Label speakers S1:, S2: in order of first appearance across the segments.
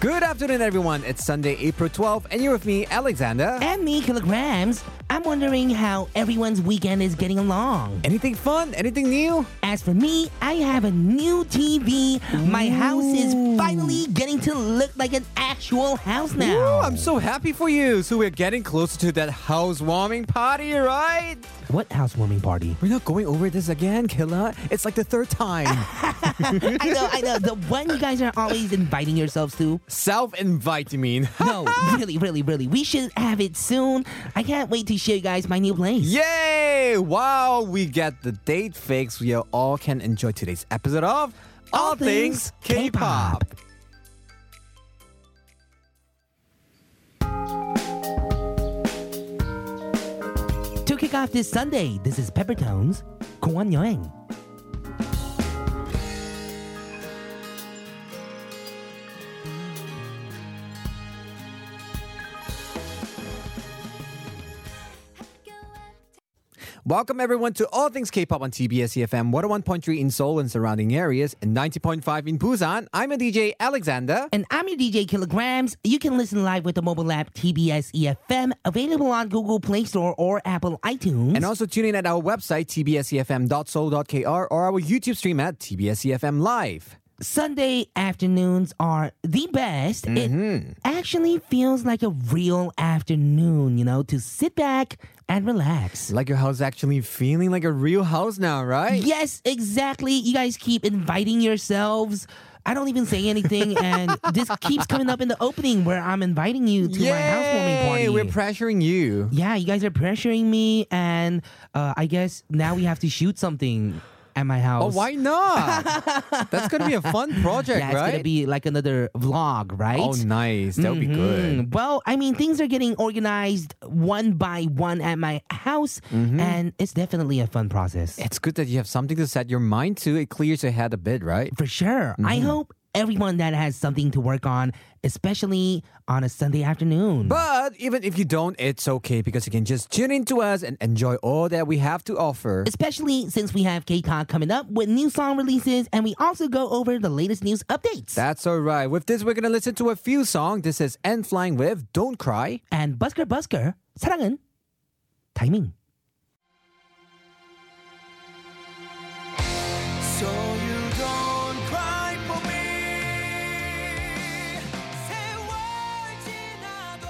S1: Good afternoon, everyone. It's Sunday, April 12th, and you're with me, Alexander.
S2: And me, Kilograms. I'm wondering how everyone's weekend is getting along.
S1: Anything fun? Anything new?
S2: As for me, I have a new TV. My house is finally getting to look like an actual house now.
S1: Ooh, I'm so happy for you. So we're getting closer to that housewarming party, right?
S2: What housewarming party?
S1: We're not going over this again, Killa. It's like the third time.
S2: I know, I know. The one you guys are always inviting yourselves to.
S1: Self-invite, you mean?
S2: No, really, really, really. We should have it soon. I can't wait to show you guys my new place.
S1: Yay! Wow, we get the date fix. We all can enjoy today's episode of
S2: All Things K-Pop. To kick off this Sunday, this is Peppertones, Kwon Young.
S1: Welcome everyone to All Things K-Pop on TBS EFM 101.3 in Seoul and surrounding areas and 90.5 in Busan. I'm a DJ Alexander.
S2: And I'm your DJ Kilograms. You can listen live with the mobile app TBS EFM, E available on Google Play Store or Apple iTunes.
S1: And also tune in at our website, tbsefm.soul.kr or our YouTube stream at tbsefm E live.
S2: Sunday afternoons are the best.
S1: Mm-hmm.
S2: It actually feels like a real afternoon, you know, to sit back and relax.
S1: Like your house actually feeling like a real house now, right?
S2: Yes, exactly. You guys keep inviting yourselves. I don't even say anything, and this keeps coming up in the opening where I'm inviting you to my housewarming party.
S1: Yay, We're pressuring you.
S2: yeah, you guys are pressuring me, and uh, I guess now we have to shoot something at my
S1: Oh,
S2: house.
S1: why not? That's gonna be a fun project,
S2: Yeah, it's
S1: right?
S2: gonna be like another vlog, right?
S1: oh, nice. That would be good.
S2: Mm, Well, I mean, things are getting organized one by one at my house,
S1: Mm-hmm.
S2: and it's definitely a fun process.
S1: It's good that you have something to set your mind to. It clears your head a bit, right?
S2: For sure. I
S1: Mm-hmm.
S2: hope everyone that has something to work on, especially on a Sunday afternoon.
S1: But even if you don't, it's okay because you can just tune in to us and enjoy all that we have to offer.
S2: Especially since we have KCON coming up with new song releases, and we also go over the latest news updates.
S1: That's all right. With this, we're gonna listen to a few songs. This is End Flying with Don't Cry.
S2: and Busker Busker, 사랑은 타이밍.
S3: So you don't cry for me. 세월 지나도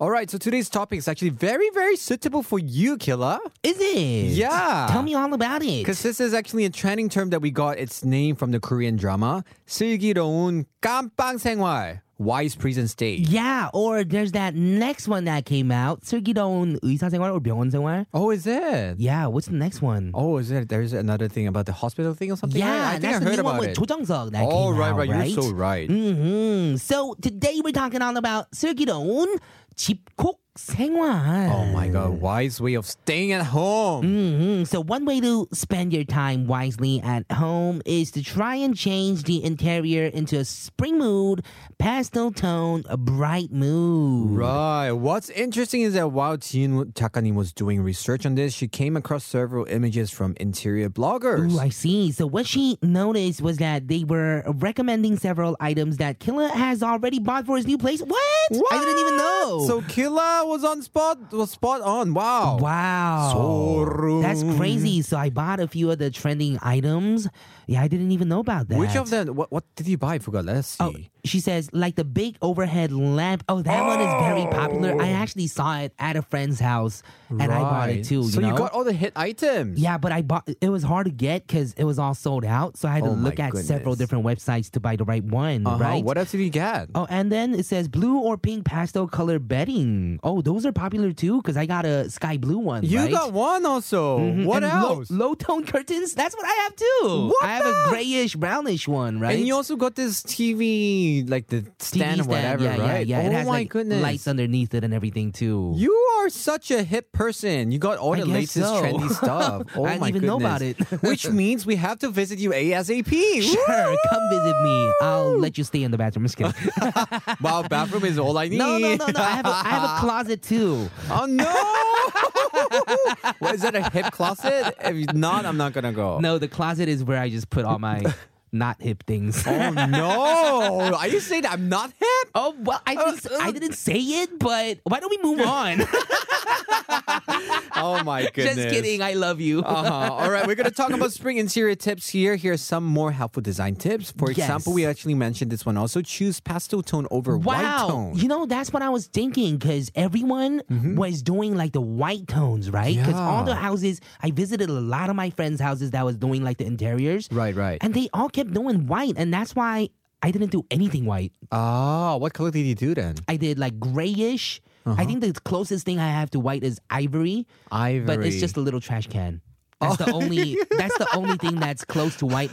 S1: All right, so today's topic is actually very, very suitable for you, Killa.
S2: Is it?
S1: Yeah.
S2: Tell me all about it.
S1: Because this is actually a trending term that we got its name from the Korean drama, 슬기로운 깜빵 생활, wise prison stay.
S2: Yeah, or there's that next one that came out, 슬기로운 의사생활 or 병원생활.
S1: Oh, is it?
S2: Yeah, what's the next one?
S1: Oh, is it? There's another thing about the hospital thing or something?
S2: yeah,
S1: I, I think
S2: that's
S1: I
S2: the
S1: heard
S2: new one
S1: about
S2: with
S1: it.
S2: Cho Jung-seok that
S1: Oh,
S2: came
S1: right,
S2: out,
S1: right. You're so right.
S2: hmm So today we're talking all about 슬기로운 집콕 생활.
S1: Oh my god, wise way of staying at home.
S2: hmm So one way to spend your time wisely at home is to try and change the interior into a spring mood, pastel tone, a bright mood.
S1: Right. What's interesting is that while Jin Takani was doing research on this, she came across several images from interior bloggers.
S2: Ooh, I see. So what she noticed was that they were recommending several items that Killa has already bought for his new place. What? I didn't even know.
S1: So Killa was on spot was spot on. Wow.
S2: wow.
S1: Sorum.
S2: That's crazy. So I bought a few of the trending items. Yeah, I didn't even know about that.
S1: Which of them? What, what did you buy? I forgot. Let's see.
S2: Oh, she says like the big overhead lamp. Oh, that one is very popular. I actually saw it at a friend's house and I bought
S1: Oh. Right.
S2: it too.
S1: So you,
S2: know?
S1: got all the hit items.
S2: Yeah, but I bought. It was hard to get because it was all sold out. So I had to
S1: Oh my
S2: look at several
S1: goodness.
S2: different websites to buy the right one.
S1: Uh-huh.
S2: Right.
S1: What else did you get?
S2: Oh, and then it says blue or pink pastel color bedding. Oh, those are popular too because I got a sky blue one.
S1: you
S2: right?
S1: got one also.
S2: Mhm.
S1: What
S2: And
S1: else?
S2: Low, low tone curtains. That's what I have too.
S1: What
S2: I
S1: the-
S2: have a grayish brownish one, right?
S1: And you also got this TV, like the
S2: TV
S1: stand, or
S2: stand,
S1: whatever,
S2: yeah,
S1: right?
S2: Yeah, yeah.
S1: Oh
S2: it has,
S1: my
S2: like,
S1: goodness!
S2: lights underneath it and everything too.
S1: You are such a hip person. You got all
S2: I
S1: the latest
S2: guess so.
S1: trendy stuff. Oh
S2: I didn't
S1: my
S2: even know
S1: goodness.
S2: about it.
S1: Which means we have to visit you ASAP.
S2: Sure, come visit me. I'll let you stay in the bathroom. Just kidding.
S1: wow, bathroom is all I need.
S2: no, no, no, no. I have a, I have a closet too.
S1: Oh no! what, is that a hip closet? If not, I'm not gonna go. Oh.
S2: No, the closet is where I just put all my not hip things.
S1: Oh no! Are you saying I'm not hip?
S2: Oh well, I didn't, I didn't say it, but why don't we move on?
S1: Oh my goodness!
S2: Just kidding. I love you.
S1: Uh-huh. All right, we're going to talk about spring interior tips here. Here are some more helpful design tips. For
S2: Yes.
S1: example, we actually mentioned this one also choose pastel tone over
S2: wow,
S1: white tone. Mm-hmm.
S2: you know that's what I was thinking because everyone was doing like the white tones, right? Because all the
S1: Yeah.
S2: houses I visited, a lot of my friends' houses that was doing like the interiors,
S1: Right, right.
S2: and they all kept doing white, and that's why I didn't do anything white.
S1: oh, what color did you do then?
S2: I did like grayish.
S1: Uh-huh.
S2: I think the closest thing I have to white is ivory,
S1: Ivory. Oh.
S2: but it's just a little trash can. That's the only. That's the only thing that's close to white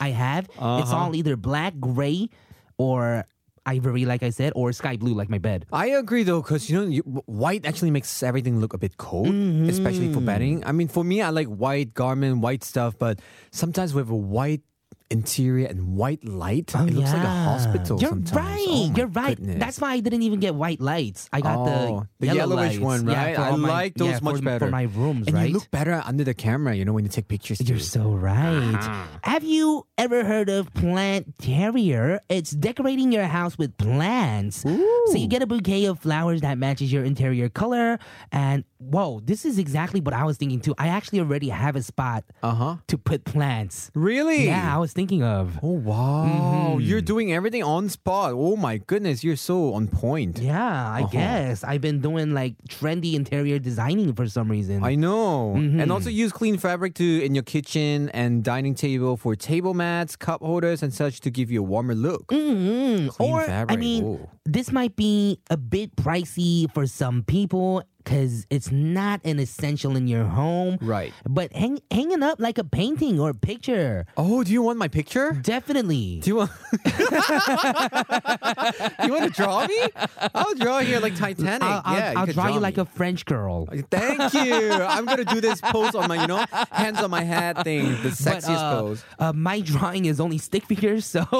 S2: I have. It's
S1: Uh-huh.
S2: all either black, gray, or ivory, like I said, or sky blue, like my bed.
S1: I agree though, because you know, you, white actually makes everything look a bit cold,
S2: Mm-hmm.
S1: especially for bedding. I mean, for me, I like white garment, white stuff, but sometimes with a white interior and white light, Oh, it looks like a
S2: Oh, Yeah.
S1: hospital
S2: You're
S1: sometimes.
S2: right.
S1: Oh, my
S2: You're right.
S1: goodness.
S2: That's why I didn't even get white lights. I got
S1: Oh,
S2: the,
S1: the
S2: yellow
S1: yellowish
S2: lights.
S1: one,
S2: Yeah,
S1: right?
S2: for
S1: I
S2: all my-
S1: like those
S2: yeah,
S1: much
S2: for,
S1: better.
S2: for my rooms,
S1: and
S2: right?
S1: you look better under the camera, you know, when you take pictures.
S2: You're
S1: too.
S2: so right.
S1: Uh-huh.
S2: Have you ever heard of plant terrier? It's decorating your house with plants. So you get a bouquet of flowers that matches your interior color. And whoa, this is exactly what I was thinking too. I actually already have a spot
S1: Uh-huh.
S2: to put plants.
S1: Really?
S2: Yeah, Mm-hmm. I was thinking of.
S1: Oh wow! You're doing everything on spot. Oh my goodness, you're so on point.
S2: Yeah,
S1: Uh-huh.
S2: I guess. I've been doing like trendy interior designing for some reason.
S1: I know. And also
S2: Mm-hmm.
S1: use clean fabric to in your kitchen and dining table for table mats, cup holders, and such to give you a warmer look.
S2: Mm,
S1: Clean
S2: or I
S1: fabric,
S2: mean,
S1: ooh.
S2: this might be a bit pricey for some people because it's not an essential in your home,
S1: Right.
S2: But hang, hanging up like a painting or a picture,
S1: Oh, do you want my picture?
S2: definitely.
S1: Do you want? you want to draw me? I'll draw here like Titanic.
S2: I'll, I'll,
S1: yeah,
S2: I'll
S1: can
S2: draw you like
S1: me.
S2: a French girl.
S1: Thank you. I'm gonna do this pose on my, you know, hands on my head thing, the
S2: But,
S1: sexiest
S2: uh,
S1: pose.
S2: uh, my drawing is only stick figures, so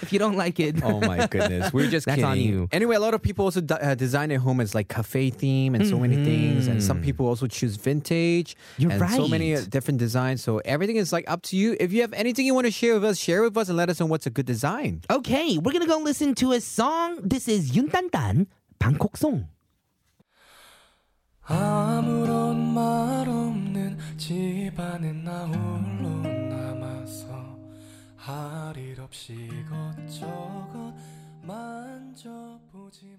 S2: if you don't like it,
S1: Oh my goodness, we're just kidding.
S2: That's on you.
S1: Anyway, a lot of people also d- uh, design their home as like cafe theme and so many things, and some people also choose vintage.
S2: You're
S1: and So many uh,
S2: right.
S1: different designs. So everything is like up to you. If you have anything you want to share with us, share with us and let us know what's a good design.
S2: okay, we're gonna go listen to a song. This is Yun Tan Tan, Bangkok Song.
S3: 아무런 말 없는 집안에 나 홀로 남아서 할 일 없이 이것저것 만져보지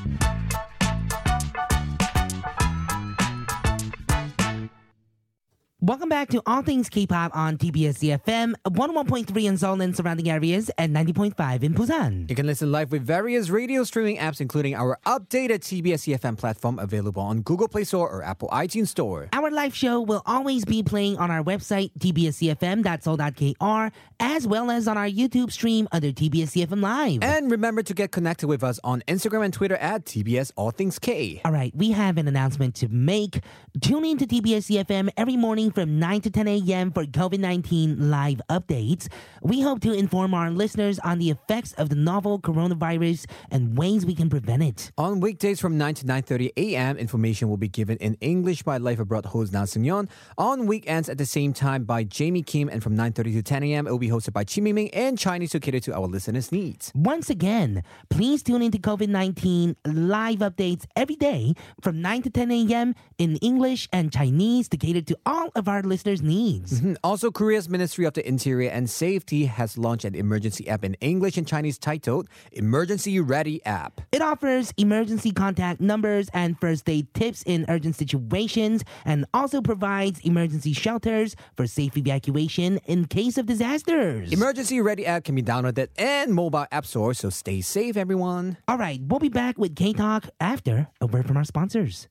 S2: Welcome back to All Things K-pop on TBS EFM, 101.3 in Seoul and surrounding areas, and 90.5 in Busan.
S1: You can listen live with various radio streaming apps, including our updated TBS EFM E platform available on Google Play Store or Apple iTunes Store.
S2: Our live show will always be playing on our website, E tbscfm.soul.kr, as well as on our YouTube stream under TBS EFM E Live.
S1: And remember to get connected with us on Instagram and Twitter at TBS All Things K.
S2: All right, we have an announcement to make. Tune in to TBS EFM E every morning from 9 to 10 a.m. for COVID 19 live updates. We hope to inform our listeners on the effects of the novel coronavirus and ways we can prevent it.
S1: On weekdays from 9 to 9.30 a.m., information will be given in English by Life Abroad host Na Seung Yeon. On weekends at the same time by Jamie Kim. And from 9.30 to 10 a.m., it will be hosted by Chi Ming and Chinese to cater to our listeners' needs.
S2: Once again, please tune into COVID 19 live updates every day from 9 to 10 a.m. in English and Chinese to cater to all of our listeners' needs.
S1: And Hmm, also, Korea's Ministry of the Interior and Safety has launched an emergency app in English and Chinese titled Emergency Ready App.
S2: It offers emergency contact numbers and first aid tips in urgent situations and also provides emergency shelters for safe evacuation in case of disasters.
S1: Emergency Ready App can be downloaded in mobile app store, so stay safe, everyone.
S2: all right, we'll be back with K Talk after a word from our sponsors.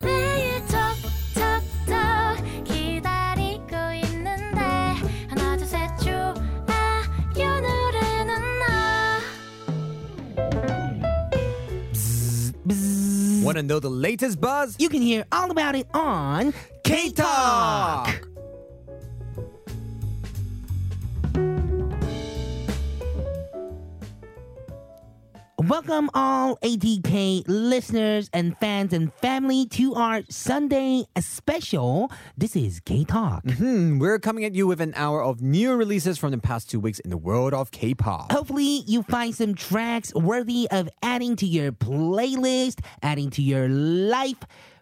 S4: 매일 톡톡톡 기다리고 있는데 하나 둘셋 좋아요 누르는 너
S1: Want to know the latest buzz?
S2: You can hear all about it on K Talk. Welcome all ATK listeners and fans and family to our Sunday special. This is K Talk.
S1: Hmm, we're coming at you with an hour of new releases from the past two weeks in the world of K-pop.
S2: Hopefully, you find some tracks worthy of adding to your playlist, adding to your life.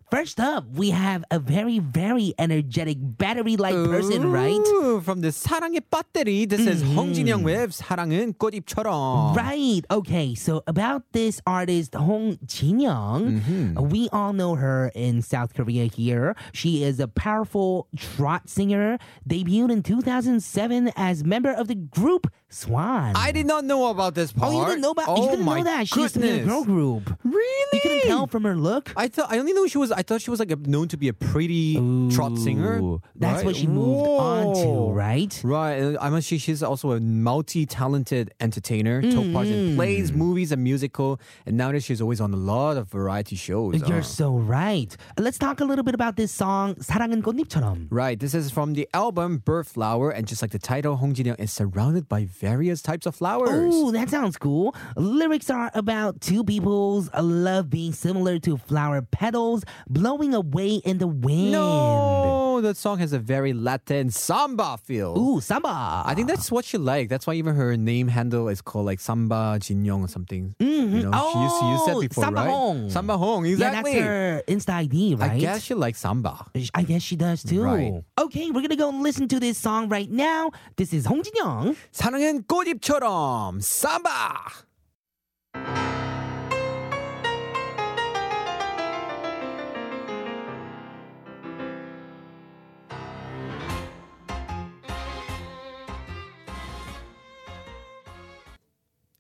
S2: First up, we have a very, very energetic battery like person, right? Mm-hmm.
S1: Ooh, From the 사랑의 배터리, this is Hong Jin-young with 사랑은 꽃잎처럼.
S2: Right. Okay. So about this artist Hong Jin Young,
S1: Mm-hmm.
S2: we all know her in South Korea. Here, she is a powerful trot singer. Debuted in 2007 as member of the group Swan.
S1: I did not know about this part.
S2: oh, you didn't know about?
S1: Oh
S2: you didn't
S1: my
S2: know that she used to be in a
S1: goodness.
S2: girl group.
S1: Really?
S2: You couldn't tell from her look.
S1: I thought I only know she was. I thought she was like a, known to be a pretty trot singer.
S2: Ooh, That's
S1: right?
S2: what she moved on
S1: Whoa.
S2: to, right?
S1: Right, and I mean, she, she's also a multi-talented entertainer. Took part in
S2: Mm.
S1: plays, movies, and musical, and nowadays she's always on a lot of variety shows.
S2: You're
S1: uh.
S2: so right. Let's talk a little bit about this song 사랑은 꽃잎처럼.
S1: Right, this is from the album Bird Flower, and just like the title, Hong Jin Young is surrounded by various types of flowers.
S2: Ooh, that sounds cool. Lyrics are about two people's love being similar to flower petals blowing away in the wind.
S1: No, that song has a very Latin samba feel.
S2: Ooh, samba.
S1: I think that's what she liked. That's why even her name handle is called like Samba Jin Young or something. You know, she used to use that
S2: Oh,
S1: before,
S2: Samba
S1: right?
S2: Hong.
S1: Samba Hong,
S2: Yeah, that's
S1: exactly.
S2: her Insta ID, right?
S1: I guess she likes samba.
S2: I guess she does too.
S1: Right.
S2: Okay, we're gonna go listen to this song right now. This is Hong Jin Young.
S1: 사랑은 꽃잎처럼 samba.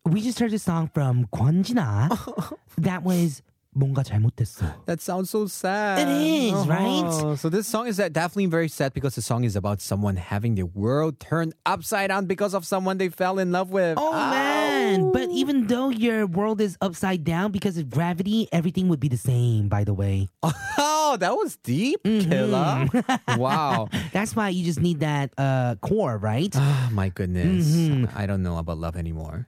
S2: We just heard a song from Kwon Jina that was 뭔가 잘못됐어.
S1: That sounds so sad. Uh-huh.
S2: It is, right?
S1: So this song is that definitely very sad because the song is about someone having the world turned upside down because of someone they fell in love with.
S2: Oh man! But even though your world is upside down because of gravity, everything would be the same. By the way,
S1: Oh, that was deep,
S2: Mm-hmm.
S1: killer. wow.
S2: that's why you just need that uh, core, right?
S1: Oh my goodness.
S2: Mm-hmm.
S1: I don't know about love anymore.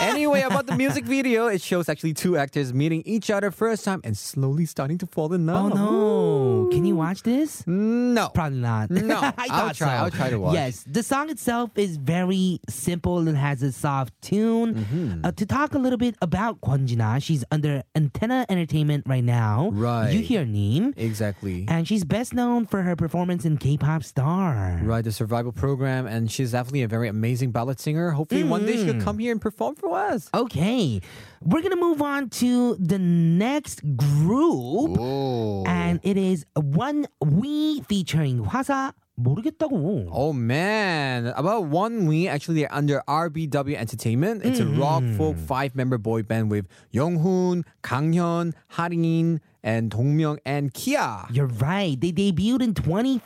S1: anyway, about the music video, it shows actually two actors meeting each other first time and slowly starting to fall in
S2: oh
S1: love.
S2: no! Can you watch this?
S1: No.
S2: Probably not.
S1: No,
S2: I
S1: I'll
S2: thought
S1: try.
S2: so.
S1: I'll try to watch.
S2: Yes, the song itself is very simple and has a soft tune.
S1: Mm-hmm.
S2: Uh, to talk a little bit about Kwon Jina, she's under Antenna Entertainment right now.
S1: Right.
S2: you hear her name,
S1: Exactly.
S2: and she's best known for her performance in K-pop Star.
S1: Right, the survival program, and she's definitely a very amazing ballad singer. Hopefully, one day
S2: Mm.
S1: she'll come here and perform for us.
S2: Okay, we're gonna move on to the next group,
S1: Oh,
S2: and it is One We featuring 화사 모르겠다고.
S1: oh man! About one we actually they're under RBW Entertainment. It's a rock
S2: Mm.
S1: folk five member boy band with Younghoon, Kanghyun, Harin, and Dongmyung and Kia.
S2: You're right. They debuted in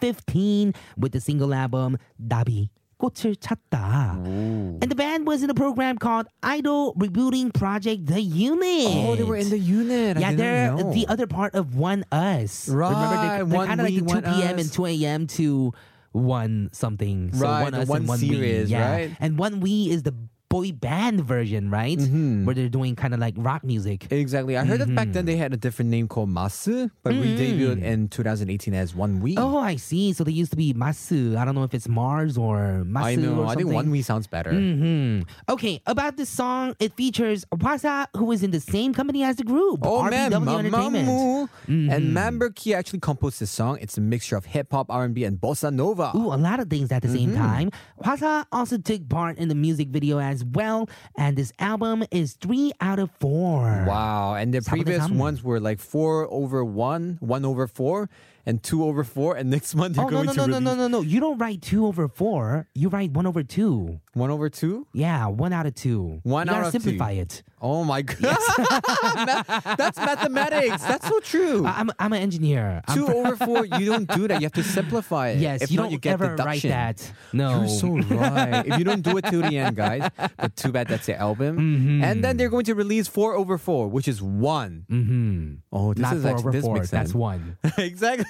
S2: 2015 with the single album 나비 꽃을 찾다. And the band was in a program called Idol Rebooting Project The Unit.
S1: Oh, they were in the unit. I
S2: yeah,
S1: didn't
S2: they're
S1: know.
S2: the other part of One Us. Remember,
S1: Right,
S2: they're, they're
S1: One
S2: kind of like
S1: We,
S2: the 2
S1: One
S2: p.m.
S1: Us.
S2: and 2 a.m. to 1 something. So
S1: Right,
S2: One
S1: the
S2: Us
S1: one
S2: and One
S1: series,
S2: We. Yeah.
S1: right?
S2: And One We is the boy band version, right?
S1: Mm-hmm.
S2: Where they're doing kind of like rock music.
S1: Exactly. I heard that back
S2: Mm-hmm.
S1: then they had a different name called Masu, but we
S2: Mm.
S1: debuted in 2018 as One We.
S2: Oh, I see. So they used to be Masu. I don't know if it's Mars or Masu.
S1: I know.
S2: Or
S1: I think
S2: something.
S1: One We sounds better.
S2: hmm Okay, about this song, it features Waza, who is in the same company as the group.
S1: Oh
S2: RBW
S1: man,
S2: Entertainment.
S1: Mamamoo
S2: Mm-hmm.
S1: and Member Key actually composed this song. It's a mixture of hip hop, R and B, and bossa nova.
S2: Ooh, a lot of things at the same
S1: Mm-hmm.
S2: time. Hwasa also took part in the music video as well, and this album is three out of four.
S1: Wow! And the
S2: Sabotage
S1: previous
S2: Samurai.
S1: ones were like four over one, one over four, and two over four. And next month they're
S2: Oh no
S1: going
S2: no no
S1: to
S2: no no
S1: release
S2: no no! You don't write two over four. You write one over two.
S1: one over two.
S2: Yeah, one out of two.
S1: One
S2: you
S1: out
S2: gotta
S1: of two.
S2: simplify it.
S1: Oh my god! Ma- That's mathematics. That's so true.
S2: I- I'm I'm an engineer. I'm
S1: two over four. You don't do that. You have to simplify it.
S2: Yes,
S1: if
S2: you
S1: not,
S2: don't
S1: you get
S2: ever write
S1: deduction.
S2: that. No.
S1: You're so right. if you don't do it till the end, guys. But too bad that's the album. And then they're going to release four over four, which is one.
S2: Mm-hmm.
S1: Oh, this
S2: Not
S1: is
S2: four
S1: actually
S2: over
S1: this
S2: four.
S1: makes sense.
S2: That's one.
S1: exactly.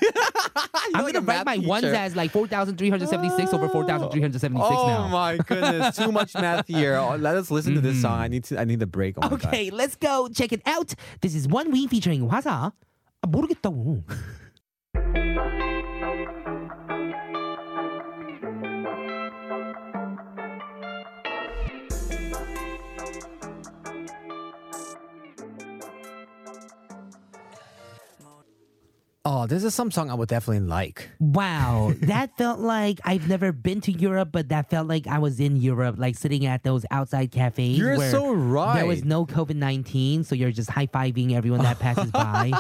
S2: I'm gonna rank my ones as like 4,376 over 4,376
S1: Oh
S2: now. Mm-hmm.
S1: my goodness, too much math here. Oh, Let us listen to this song. I need to. I need a break. Oh my God.
S2: Okay, let's go check it out. This is One We featuring 화사. 아, 모르겠다고.
S1: Oh, this is some song I would definitely like.
S2: Wow, that felt like I've never been to Europe, but that felt like I was in Europe, like sitting at those outside cafes.
S1: You're
S2: where
S1: so
S2: There was
S1: right.
S2: no COVID 19, so you're just high fiving everyone that passes by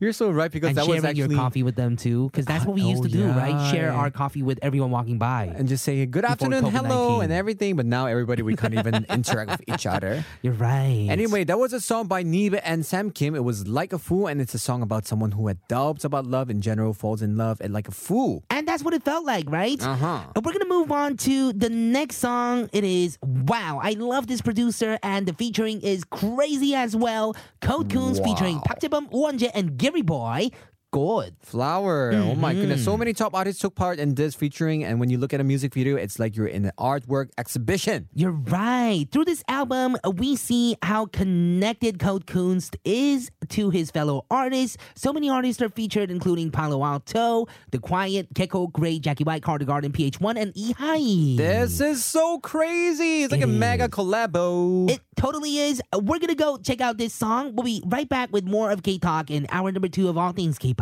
S1: You're so right because
S2: and
S1: that
S2: sharing
S1: was actually
S2: your coffee with them too. Because that's what we used
S1: oh,
S2: to do, right?
S1: yeah.
S2: Share our coffee with everyone walking by.
S1: and just say good
S2: Before
S1: afternoon, hello,
S2: COVID-19.
S1: and everything. But now everybody we can't even interact with each other.
S2: You're right.
S1: Anyway, that was a song by Niba and Sam Kim. It was Like a Fool, and it's a song about someone who had doubts about love in general, falls in love, and like a fool.
S2: And that's what it felt like, right?
S1: Uh-huh.
S2: And we're gonna move on to the next song. It is Wow. I love this producer, and the featuring is crazy as well. Code Coons featuring Park Jae-bum, Wonje, and Gary Boy. Good.
S1: Flower. Oh my goodness. So many top artists took part in this featuring, and when you look at a music video, it's like you're in an artwork exhibition.
S2: You're right. Through this album, we see how connected Code Kunst is to his fellow artists. So many artists are featured, including Palo Alto, The Quiet, Keko, Gray, Jackie White, Carter Garden, PH1, and E Ihai.
S1: This is so crazy. It's like a mega collabo.
S2: It totally is. Uh, We're gonna go check out this song. We'll be right back with more of K Talk in hour number two of all things K-pop.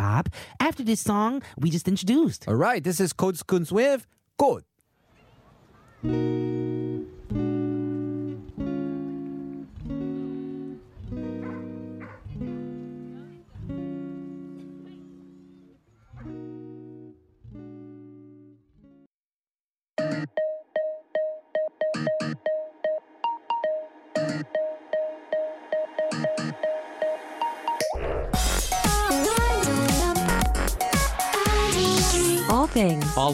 S2: After this song, we just introduced.
S1: All right, this is Code Coons with Code.
S5: All things.
S6: All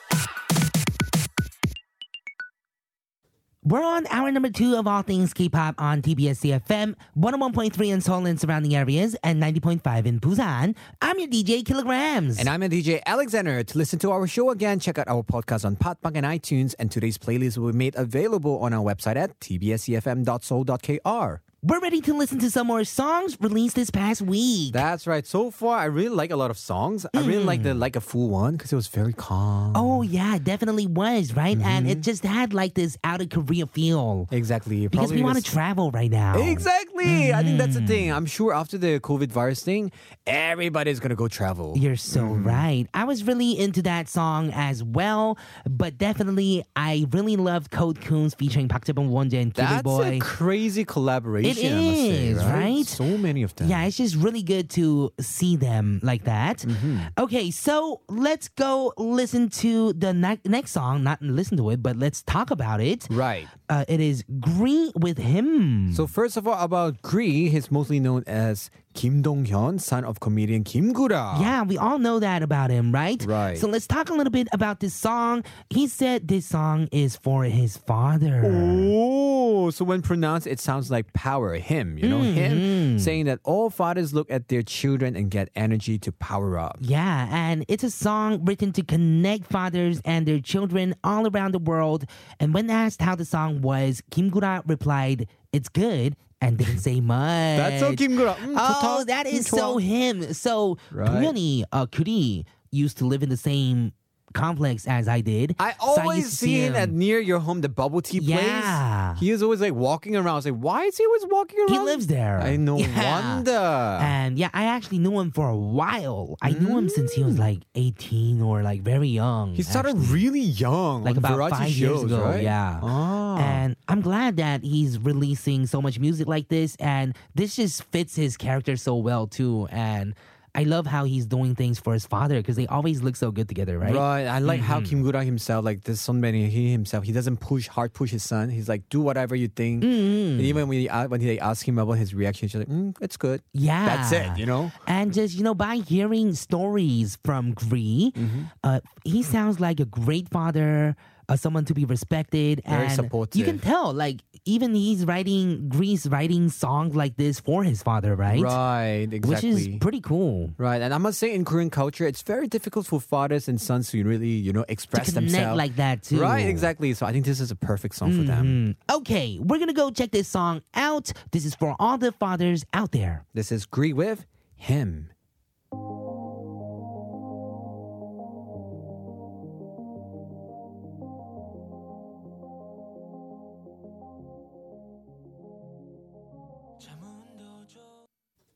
S2: We're on hour number two of all things K-pop on TBS CFM, 101.3 in Seoul and surrounding areas, and 90.5 in Busan. I'm your DJ Kilograms.
S1: And I'm a DJ Alexander. To listen to our show again, check out our podcast on Podbang and iTunes, and today's playlist will be made available on our website at tbscfm.soul.kr.
S2: We're ready to listen to some more songs released this past week.
S1: That's right. So far, I really like a lot of songs. I really like the Like a Fool one Hmm. because it was very calm.
S2: Oh yeah, it definitely was, right? And
S1: Mm-hmm.
S2: it just had like this out of Korea feel.
S1: exactly.
S2: Because we
S1: Probably
S2: want to
S1: was- Hmm.
S2: travel right now.
S1: Exactly. I think that's the thing. I'm sure after the COVID virus thing, everybody's gonna go travel.
S2: You're so
S1: Mm-hmm.
S2: right. I was really into that song as well, but definitely I really loved Code Coons featuring Park Jae-bum, Wonjae, and Kitty
S1: That's
S2: Boy.
S1: a crazy collaboration.
S2: It
S1: I must say,
S2: is, right?
S1: So many of them.
S2: yeah, it's just really good to see them like that.
S1: Mm-hmm.
S2: Okay, so let's go listen to the ne- next song. Not listen to it, but let's talk about it.
S1: Right.
S2: Uh, it is Green with Him.
S1: So first of all, about Gree, he's mostly known as Kim Dong Hyun, son of comedian Kim Gura.
S2: Yeah, we all know that about him, right?
S1: Right.
S2: So let's talk a little bit about this song. He said this song is for his father.
S1: Oh, so when pronounced, it sounds like power. Him, you know,
S2: Mm-hmm.
S1: him saying that all fathers look at their children and get energy to power up.
S2: Yeah, and it's a song written to connect fathers and their children all around the world. And when asked how the song was, Kim Gura replied, "It's good." And didn't say much.
S1: That's so Kim Gura. Mm,
S2: Oh,
S1: 좋다.
S2: that is
S1: Mm,
S2: so
S1: 좋아.
S2: him. So,
S1: Right.
S2: Kuri, uh, Kuri used to live in the same complex as I did.
S1: I
S2: So used
S1: always
S2: to
S1: see him at near your home, the bubble tea place.
S2: Yeah.
S1: He is always like walking around. I was like, why is he always walking around?
S2: He lives there.
S1: I no
S2: Yeah.
S1: wonder.
S2: And yeah, I actually knew him for a while. I knew him since he was like 18 or like very young.
S1: Mm. he started
S2: actually.
S1: really young,
S2: like
S1: on
S2: about
S1: variety
S2: five
S1: shows,
S2: years ago.
S1: right?
S2: Yeah.
S1: Ah.
S2: And I'm glad that he's releasing so much music like this, and this just fits his character so well too. And I love how he's doing things for his father because they always look so good together, right? Mm-hmm.
S1: Right. I like how Kim Gura himself, like this Sunbin, he himself, he doesn't push hard push his son. He's like, do whatever you think.
S2: Mm-hmm.
S1: And even when he, a- when they ask him about his reaction, he's like, mm, it's good.
S2: Yeah.
S1: That's it. You know.
S2: And just, you know, by hearing stories from Gree,
S1: Mm-hmm.
S2: uh, he sounds like a great father, uh, someone to be respected.
S1: Very
S2: and You
S1: supportive.
S2: can tell, like, even he's writing, Gree's writing songs like this for his father, right?
S1: Right. Exactly.
S2: Which is pretty cool.
S1: Right, and I must say, in Korean culture, it's very difficult for fathers and sons to really, you know, express
S2: to connect
S1: themselves
S2: like that, too.
S1: Right, exactly. So I think this is a perfect song for them.
S2: Mm. Okay, we're gonna go check this song out. This is for all the fathers out there.
S1: This is Gree with him.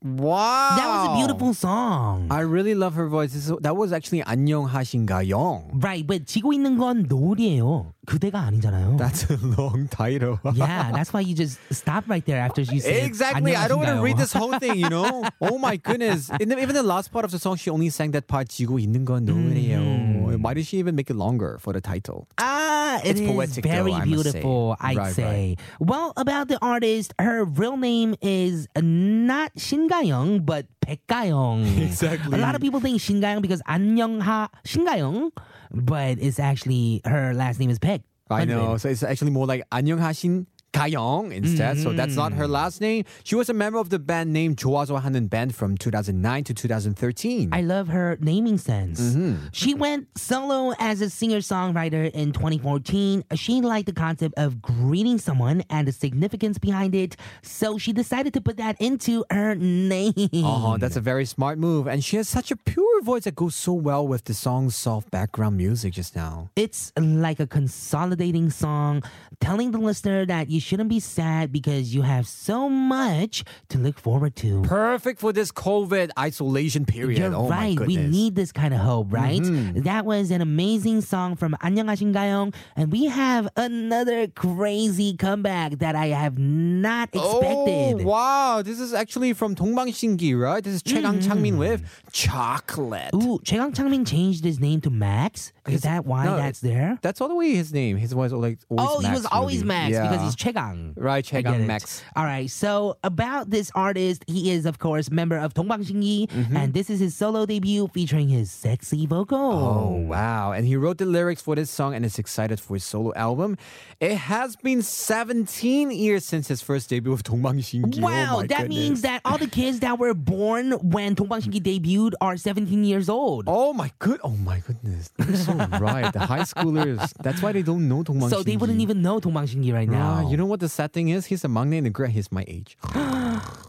S1: Wow,
S2: That was a beautiful song.
S1: I really love her voice. This is, that was actually 안녕 하신가요?
S2: right, but 지고 있는 건 노을이에요. 그대가 아니잖아요.
S1: That's a long title.
S2: yeah, that's why you just stop right there after you say
S1: Exactly. I don't want to
S2: 안녕하신가요.
S1: read this whole thing, you know? oh my goodness. In the, even the last part of the song, she only sang that part, 지고 있는 건 노래예요. Why did she even make it longer for the title?
S2: Ah,
S1: It's
S2: it's
S1: poetic, though,
S2: very
S1: I must say.
S2: beautiful, I'd
S1: Right,
S2: say. Well, about the artist, her real name is not Shin Ga-young, but Baek Ga-young.
S1: Exactly.
S2: A lot of people think Shin Ga-young because An Ha Shin Ga-young, but it's actually her last name is Baek.
S1: I know. So it's actually more like 안녕 하신 가영 instead. So that's not her last name. She was a member of the band named 좋아서 하는 band from 2009 to 2013.
S2: I love her naming sense.
S1: Mm-hmm.
S2: She went solo as a singer songwriter in 2014. She liked the concept of greeting someone and the significance behind it, so she decided to put that into her name.
S1: uh-huh, that's a very smart move. And she has such a pure voice that goes so well with the song's soft background music just now.
S2: It's like a consolidating song telling the listener that you shouldn't be sad because you have so much to look forward to.
S1: Perfect for this COVID isolation period.
S2: You're
S1: oh my
S2: right.
S1: goodness. Mm-hmm.
S2: We need this kind of hope, right? That was an amazing song from 안녕하신 가영, and we have another crazy comeback that I have not
S1: Oh,
S2: expected.
S1: wow. This is actually from Dongbang Shingi, right? This is Choi Gang Changmin with Chocolate.
S2: Mm-hmm. Ooh, Chegang Changmin changed his name to Max. Is
S1: His-
S2: that why
S1: no,
S2: that's there?
S1: That's all the way his name. His was like always
S2: oh,
S1: Max
S2: he was always
S1: really.
S2: Max
S1: Yeah.
S2: because he's Chegang.
S1: Right, Choi
S2: I
S1: Gang
S2: get it.
S1: Max.
S2: All right. So about this artist, he is of course member of 동방신기,
S1: Mm-hmm.
S2: and this is his solo debut featuring his sexy vocal.
S1: Oh wow. And he wrote the lyrics for this song and is excited for his solo album. It has been 17 years since his first debut with Dongbang Shingi.
S2: Wow,
S1: oh my goodness.
S2: that means that all the kids that were born when Dongbang Shinki debuted are 17 years old.
S1: Oh my good! Oh my goodness! You're so right. The high schoolers. That's why they don't know Dongbang
S2: so they wouldn't even know Dongbang Shinki right now.
S1: you know what the sad thing is? He's a mangne and the girl. He's my age.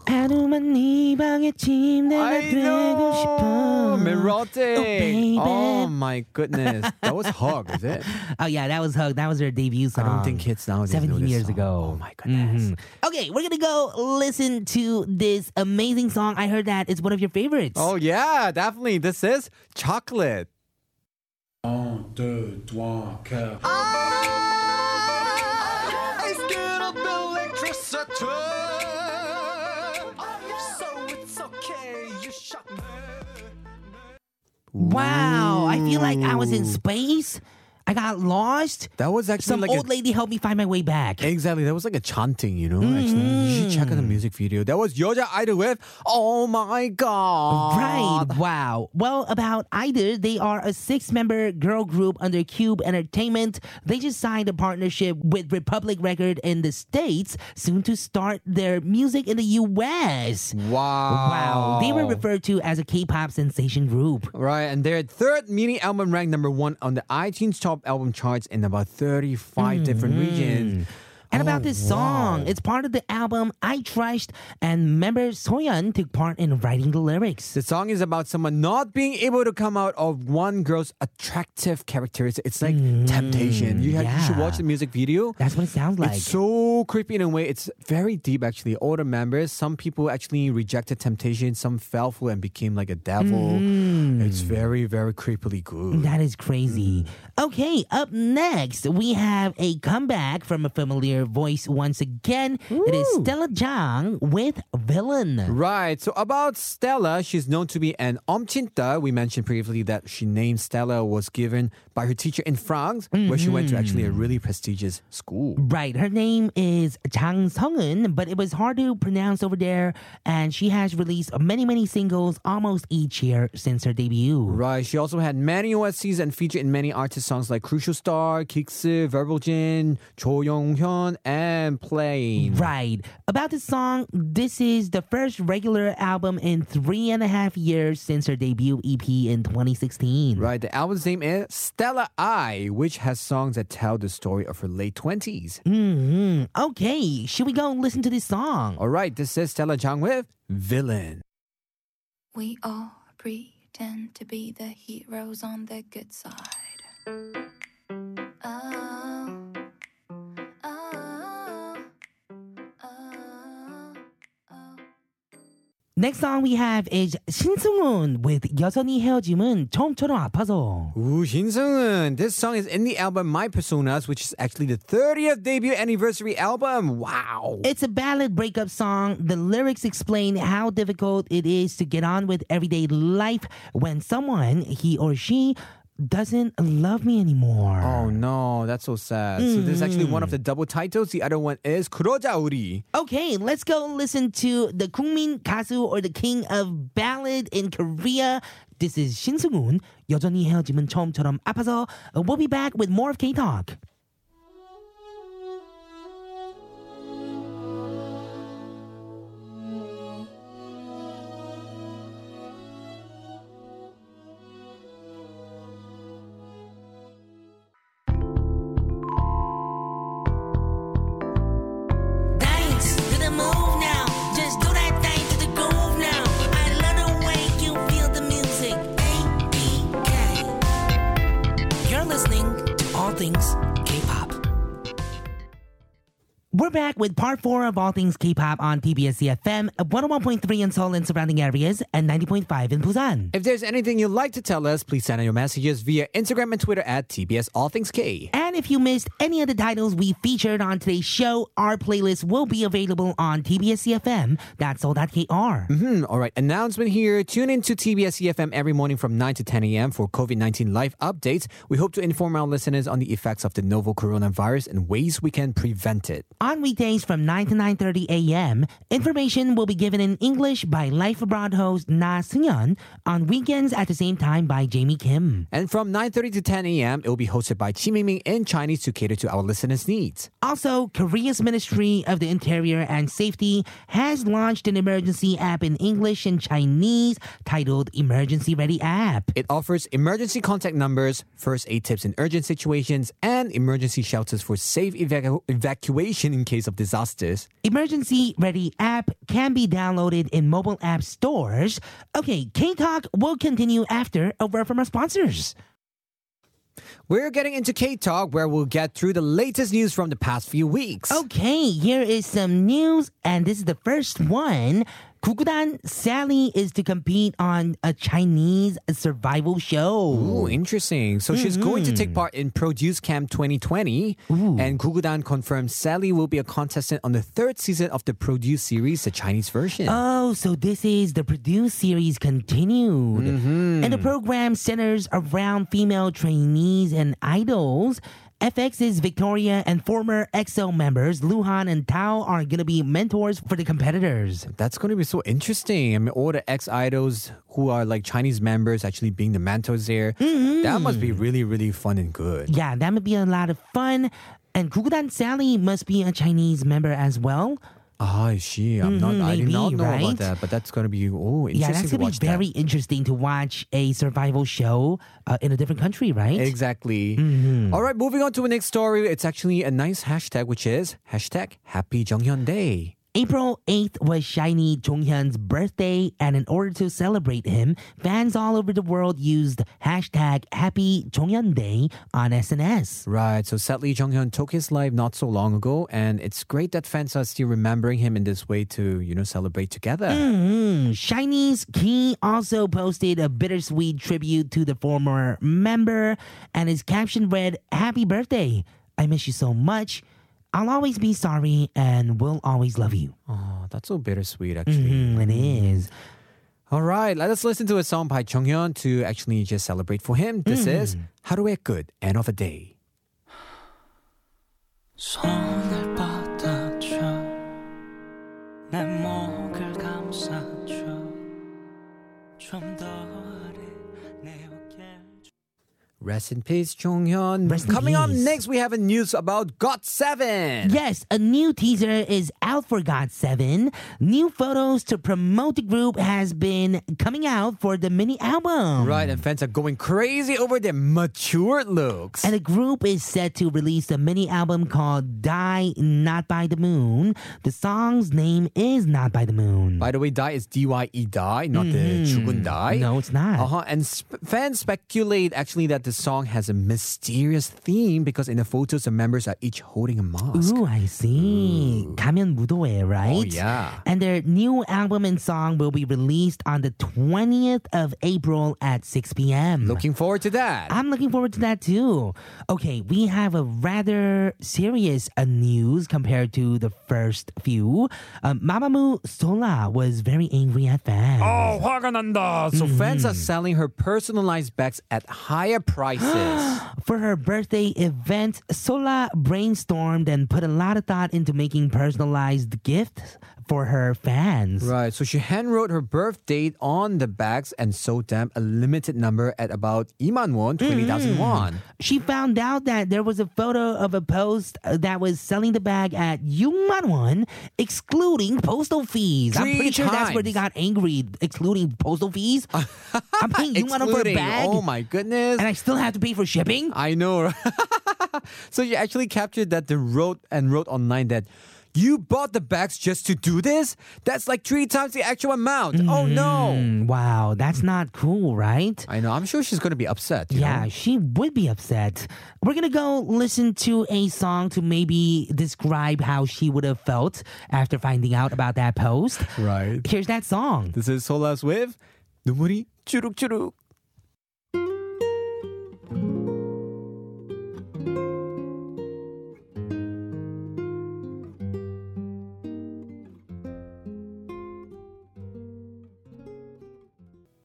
S2: 하루만 네 방에 침대가 되고 싶어. Oh,
S1: Merote.
S2: baby.
S1: Oh, my goodness. That was Hog, is it? Um,
S2: Oh yeah, that was Hug. That was their debut
S1: I
S2: song.
S1: don't think kids nowadays know
S2: 17
S1: this
S2: years
S1: song.
S2: ago.
S1: Oh my goodness.
S2: Mhm. Okay, we're gonna go listen to this amazing song. I heard that it's one of your favorites.
S1: Oh yeah, definitely. This is chocolate.
S3: Ah, I scared of electricity. Oh, So it's okay, you shot me.
S2: wow, I feel like I was in space. I got lost.
S1: That was actually
S2: Some
S1: like
S2: old
S1: a,
S2: lady helped me find my way back.
S1: Exactly. That was like a chanting, you know.
S2: Mm-hmm.
S1: Actually, you should check out the music video. That was Yoja Idol with Oh my God.
S2: Right. Wow. Well, about either, they are a six member girl group under Cube Entertainment. They just signed a partnership with Republic Record in the States, soon to start their music in the US.
S1: Wow.
S2: Wow. They were referred to as a K pop sensation group.
S1: Right, and their third mini album ranked number one on the iTunes top album charts in about
S2: Mm-hmm.
S1: 35 different regions.
S2: And
S1: Oh,
S2: about this song, it's part of the album I Trashed, and member Soyeon took part in writing the lyrics.
S1: The song is about someone not being able to come out of one girl's attractive characteristics. It's like temptation. You, have, you should watch
S2: Mm-hmm. yeah.
S1: the music video.
S2: That's what it sounds like.
S1: It's so creepy in a way. It's very deep, actually. All the members, some people actually rejected temptation, some fell for it and became like a devil. It's very, very creepily good. Mm.
S2: That is crazy. Okay, up next, we have a comeback from a familiar their voice once again. It is Stella Jang with Villain.
S1: Right. So about Stella, she's known to be an omchinta. We mentioned previously that she named Stella was given by her teacher in France, where she went to actually a really prestigious school.
S2: Right, her name is Jang Seung-eun, but it was hard to pronounce over there, and she has released many, many singles almost each year since her debut.
S1: Right. She also had many OSCs and featured in many artist songs like Crucial Star, Kixi, Verbal Jin, Cho Young Hyun, and Plane.
S2: Right. About this song, this is the first regular album in three and a half years since her debut EP in 2016.
S1: Right, the album's name is Stella I, which has songs that tell the story of her late 20s.
S2: hmm Okay, should we go listen to this song?
S1: All right, this is Stella Jang with Villain.
S7: We all pretend to be the heroes on the good side. Oh, oh, oh, oh.
S2: Next song we have is 신승훈 with 여전히 헤어짐은 처음처럼 아파서.
S1: Ooh, Shin Seung-eun. This song is in the album My Personas, which is actually the 30th debut anniversary album. Wow.
S2: It's a ballad breakup song. The lyrics explain how difficult it is to get on with everyday life when someone, he or she, doesn't love me anymore.
S1: Oh no, that's so sad. So this is actually one of the double titles. The other one is Kurojauri.
S2: Okay, let's go listen to the 국민 가수 or the king of ballad in Korea. This is 신승훈. 여전히 헤어짐은 처음처럼 아파서. Uh, We'll be back with more of K Talk.
S8: Dance to the move now. Just do that thing to the groove now. I love the way you feel the music. ABK. You're listening to all things K-pop.
S2: We're back with part four of All Things K-pop on TBS CFM, 101.3 in Seoul and surrounding areas, and 90.5 in Busan.
S1: If there's anything you'd like to tell us, please send out your messages via Instagram and Twitter at TBS All Things K.
S2: And if you missed any of the titles we featured on today's show, our playlist will be available on TBS CFM. That's all.kr.
S1: Hmm, all right, announcement here. Tune in to TBS EFM E every morning from 9 to 10 a.m. for COVID 19 live updates. We hope to inform our listeners on the effects of the novel coronavirus and ways we can prevent it.
S2: On weekdays from 9 to 9.30 a.m., information will be given in English by Life Abroad host Na Seung-yeon. On weekends at the same time by Jamie Kim.
S1: And from 9.30 to 10 a.m., it will be hosted by Chi Mingming in Chinese to cater to our listeners' needs.
S2: Also, Korea's Ministry of the Interior and Safety has launched an emergency app in English and Chinese titled Emergency Ready App.
S1: It offers emergency contact numbers, first aid tips in urgent situations, and emergency shelters for safe evacu- evacuation in case of disasters.
S2: Emergency Ready app can be downloaded in mobile app stores. Okay, K Talk will continue after a word from our sponsors.
S1: We're getting into K Talk, where we'll get through the latest news from the past few weeks.
S2: Okay, here is some news, and this is the first one. Kukudan Sally is to compete on a Chinese survival show.
S1: Ooh, interesting. So she's going to
S2: Mm-hmm.
S1: take part in Produce Camp 2020. And Gugudan confirms Sally will be a contestant on the third season of the Produce series, the Chinese version.
S2: Oh, so this is the Produce series continued. And the program centers around female trainees and idols. FX's Victoria and former EXO members Luhan and Tao are going to be mentors for the competitors.
S1: That's going to be so interesting. I mean, all the ex idols who are like Chinese members actually being the mentors there. That must be really, really fun and good.
S2: Mm-hmm. Yeah, that would be a lot of fun. And Kugudan Sally must be a Chinese member as well.
S1: Ah, I see. I'm
S2: Mhm,
S1: not. I did
S2: maybe,
S1: not know
S2: right?
S1: about that. But that's going to be oh, interesting
S2: Yeah, that's
S1: to
S2: gonna
S1: watch.
S2: be very interesting to watch a survival show uh, in a different country, right?
S1: that. Exactly.
S2: Mm-hmm.
S1: All right, moving on to the next story. It's actually a nice hashtag, which is hashtag Happy Jonghyun Day.
S2: April 8th was Shiny Jonghyun's birthday, and in order to celebrate him, fans all over the world used hashtag Happy Jonghyun Day on SNS.
S1: Right. So sadly, Jung Hyun took his life not so long ago, and it's great that fans are still remembering him in this way to you know celebrate together.
S2: Hmm, Shiny's Key also posted a bittersweet tribute to the former member, and his caption read, Happy birthday. I miss you so much. I'll always be sorry and will always love you.
S1: Oh, that's so bittersweet, actually.
S2: Mm, it is.
S1: All right, let us listen to a song by Chung Hyun to actually just celebrate for him. This
S2: Mm.
S1: is 하루의 끝, end of a day.
S3: 손을 뻗어줘 내 목을 감싸줘 좀 더 아래 내 어깨를
S1: Rest in peace, Chung Hyun.
S2: Rest in
S1: Coming up
S2: peace.
S1: next, we have a news about God Seven.
S2: Yes, a new teaser is out for God 7. New photos to promote the group has been coming out for the mini album.
S1: Right, and fans are going crazy over their matured looks.
S2: And the group is set to release a mini album called Die Not By The Moon. The song's name is Not By The Moon.
S1: By the way, die is D Y E die, not
S2: Mm-hmm.
S1: the 죽은 die.
S2: No, it's not.
S1: Uh-huh. And sp- fans speculate actually that the song has a mysterious theme because in the photos, the members are each holding a mask.
S2: Ooh, I see. 가면 무도회, right?
S1: Oh, yeah.
S2: And their new album and song will be released on the 20th of April at 6 p.m.
S1: Mm. Looking forward to that.
S2: I'm looking forward to that too. Okay, we have a rather serious uh, news compared to the first few. Um, Mamamoo Sola was very angry at fans.
S1: Oh, 화가 난다. So
S2: Mm-hmm.
S1: fans are selling her personalized bags at higher prices.
S2: For her birthday event, Sola brainstormed and put a lot of thought into making personalized gifts for her fans.
S1: right. So she handwrote her birth date on the bags and sold them a limited number at about 2만 won,
S2: Mm-hmm.
S1: 20,000 won.
S2: She found out that there was a photo of a post uh, that was selling the bag at Yungmanwon, excluding postal fees. i I'm
S1: Three
S2: pretty sure that's where they got
S1: times.
S2: angry, excluding postal fees. I'm paying Yungmanwon for a
S1: Excluding-
S2: bag,
S1: Oh my goodness.
S2: and I still have to pay for shipping.
S1: I know. right? so you actually captured that the wrote and wrote online that you bought the bags just to do this? That's like three times the actual amount. Oh no.
S2: Mm, wow, that's not cool, right?
S1: I know. I'm sure she's going to be upset. you
S2: Yeah,
S1: know?
S2: she would be upset. We're gonna go listen to a song to maybe describe how she would have felt after finding out about that post.
S1: Right.
S2: Here's that song.
S1: This is Solas with 눈물이 주룩주룩.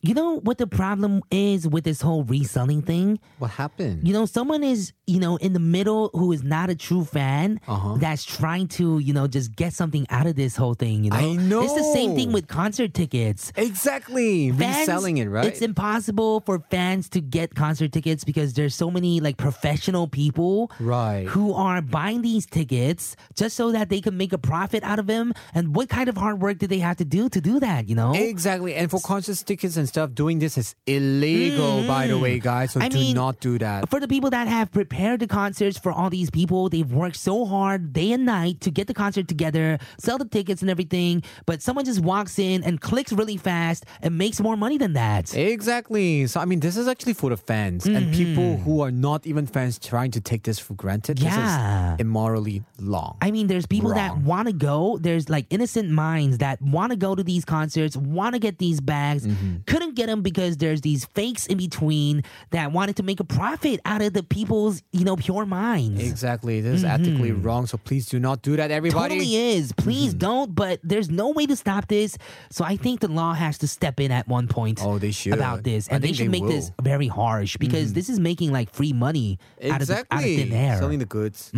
S2: You know what the problem is with this whole reselling thing?
S1: What happened?
S2: You know, someone is, you know, in the middle who is not a true fan
S1: Uh-huh.
S2: that's trying to, you know, just get something out of this whole thing, you know?
S1: I
S2: It's the same
S1: know.
S2: thing with concert tickets.
S1: exactly.
S2: Fans-
S1: Reselling it, right?
S2: It's impossible for fans to get concert tickets because there's so many like professional people
S1: Right.
S2: who are buying these tickets just so that they can make a profit out of them. And what kind of hard work did they have to do to do that, you know?
S1: Exactly. And for concert tickets and stuff, doing this is illegal, by the way, guys. So
S2: Mm. I
S1: do
S2: mean,
S1: not do that.
S2: Uh, for the people that have prepared the concerts for all these people, they've worked so hard day and night to get the concert together, sell the tickets and everything, but someone just walks in and clicks really fast and makes more money than that.
S1: Exactly. So I mean, this is actually for the fans
S2: Mm-hmm.
S1: and people who are not even fans trying to take this for granted.
S2: Yeah.
S1: This is immorally long.
S2: I mean, there's people that
S1: Wrong.
S2: want to go. There's like innocent minds that want to go to these concerts, want to get these bags, couldn't get them because there's these fakes in between that wanted to make a profit out of the people's, you know, pure minds.
S1: exactly. This is ethically wrong. So please do not do that, everybody.
S2: Mm-hmm.
S1: Mm-hmm.
S2: Totally is. Please don't, but there's no way to stop this. So I think the law has to step in at one point.
S1: Oh, they should.
S2: About this.
S1: I
S2: And they
S1: think
S2: should
S1: they
S2: make this
S1: will. Mm-hmm.
S2: very harsh because this is making like free money out, of, the- out of
S1: Exactly.
S2: thin air. Mm. Mm-hmm.
S1: Selling the goods.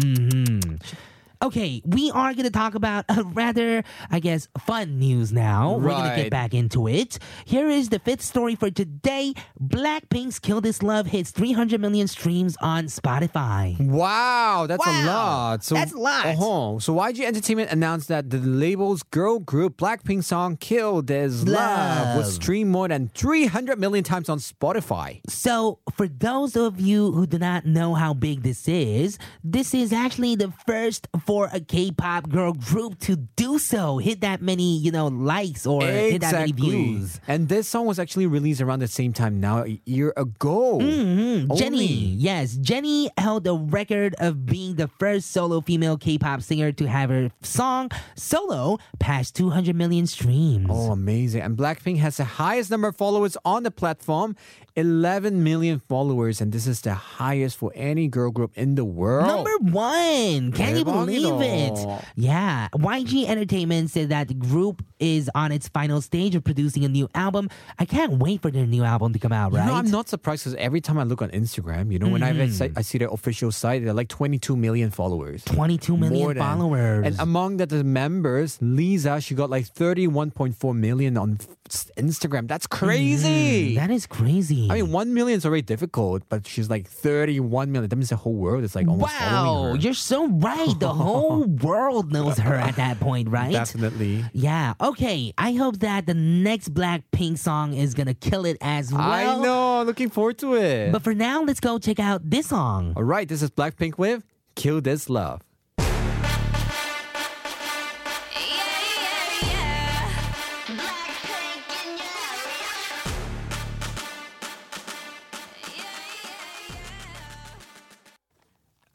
S2: okay, we are going to talk about a rather, I guess, fun news now. We're going to get
S1: Right.
S2: back into it. Here is the fifth story for today Blackpink's Kill This Love hits 300 million streams on Spotify.
S1: Wow, that's a
S2: Wow,
S1: lot. So,
S2: that's a lot.
S1: Uh-huh. So YG Entertainment announced that the label's girl group Blackpink song "Kill This Love,
S2: Love.
S1: was streamed more than 300 million times on Spotify.
S2: So, for those of you who do not know how big this is, this is actually the first for a K-pop girl group to do so. Hit that many, you know, likes or hit that many views.
S1: And this song was actually released around the same time now a year ago. Only.
S2: Jenny, yes, Jenny held the record of being the first solo female K-pop singer to have her song solo pass 200 million streams.
S1: Oh, amazing. And Blackpink has the highest number of followers on the platform 11 million followers. And this is the highest for any girl group in the world.
S2: Number one, can you
S1: 대박이다.
S2: believe
S1: 대박이다.
S2: it. Yeah. YG Entertainment said that the group is on its final stage of producing a new album. I can't wait for their new album to come out, right?
S1: You know, I'm not surprised because every time I look on Instagram, you know, when I, see, I see their official site, they're like 22 million followers.
S2: 22
S1: More
S2: million
S1: than.
S2: followers.
S1: And among the, the members, Lisa, she got like 31.4 million on f- Instagram. That's crazy.
S2: that is crazy.
S1: I mean, 1 million is already difficult, but she's like 31 million. That means the whole world is like almost following
S2: wow,
S1: her.
S2: you're so right. The whole world knows her at that point, right?
S1: Definitely.
S2: Yeah. Okay. I hope that the next Blackpink song is gonna kill it as well.
S1: I know. Looking forward to it.
S2: But for now, let's go check out this song.
S1: All right, this is Blackpink with Kill This Love.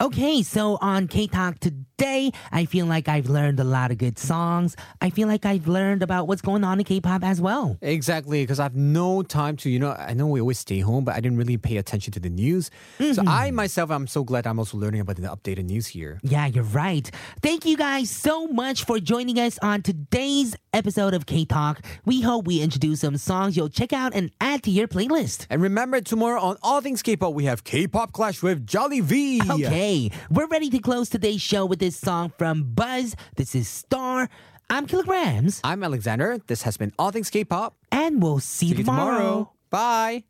S2: Okay, so on K Talk today, I feel like I've learned a lot of good songs. I feel like I've learned about what's going on in K pop as well.
S1: Exactly, because I have no time to, you know, I know we always stay home, but I didn't really pay attention to the news. So
S2: Mm-hmm.
S1: I myself, I'm so glad I'm also learning about the updated news here.
S2: Yeah, you're right. Thank you guys so much for joining us on today's episode of K Talk. We hope we introduce some songs you'll check out and add to your playlist.
S1: And remember, tomorrow on All Things K-Pop, we have K-Pop Clash with Jolly V.
S2: Okay, we're ready to close today's show with this song from Buzz. This is Star. I'm Kilograms,
S1: I'm Alexander. This has been All Things K-Pop.
S2: and we'll see,
S1: See you tomorrow. Bye.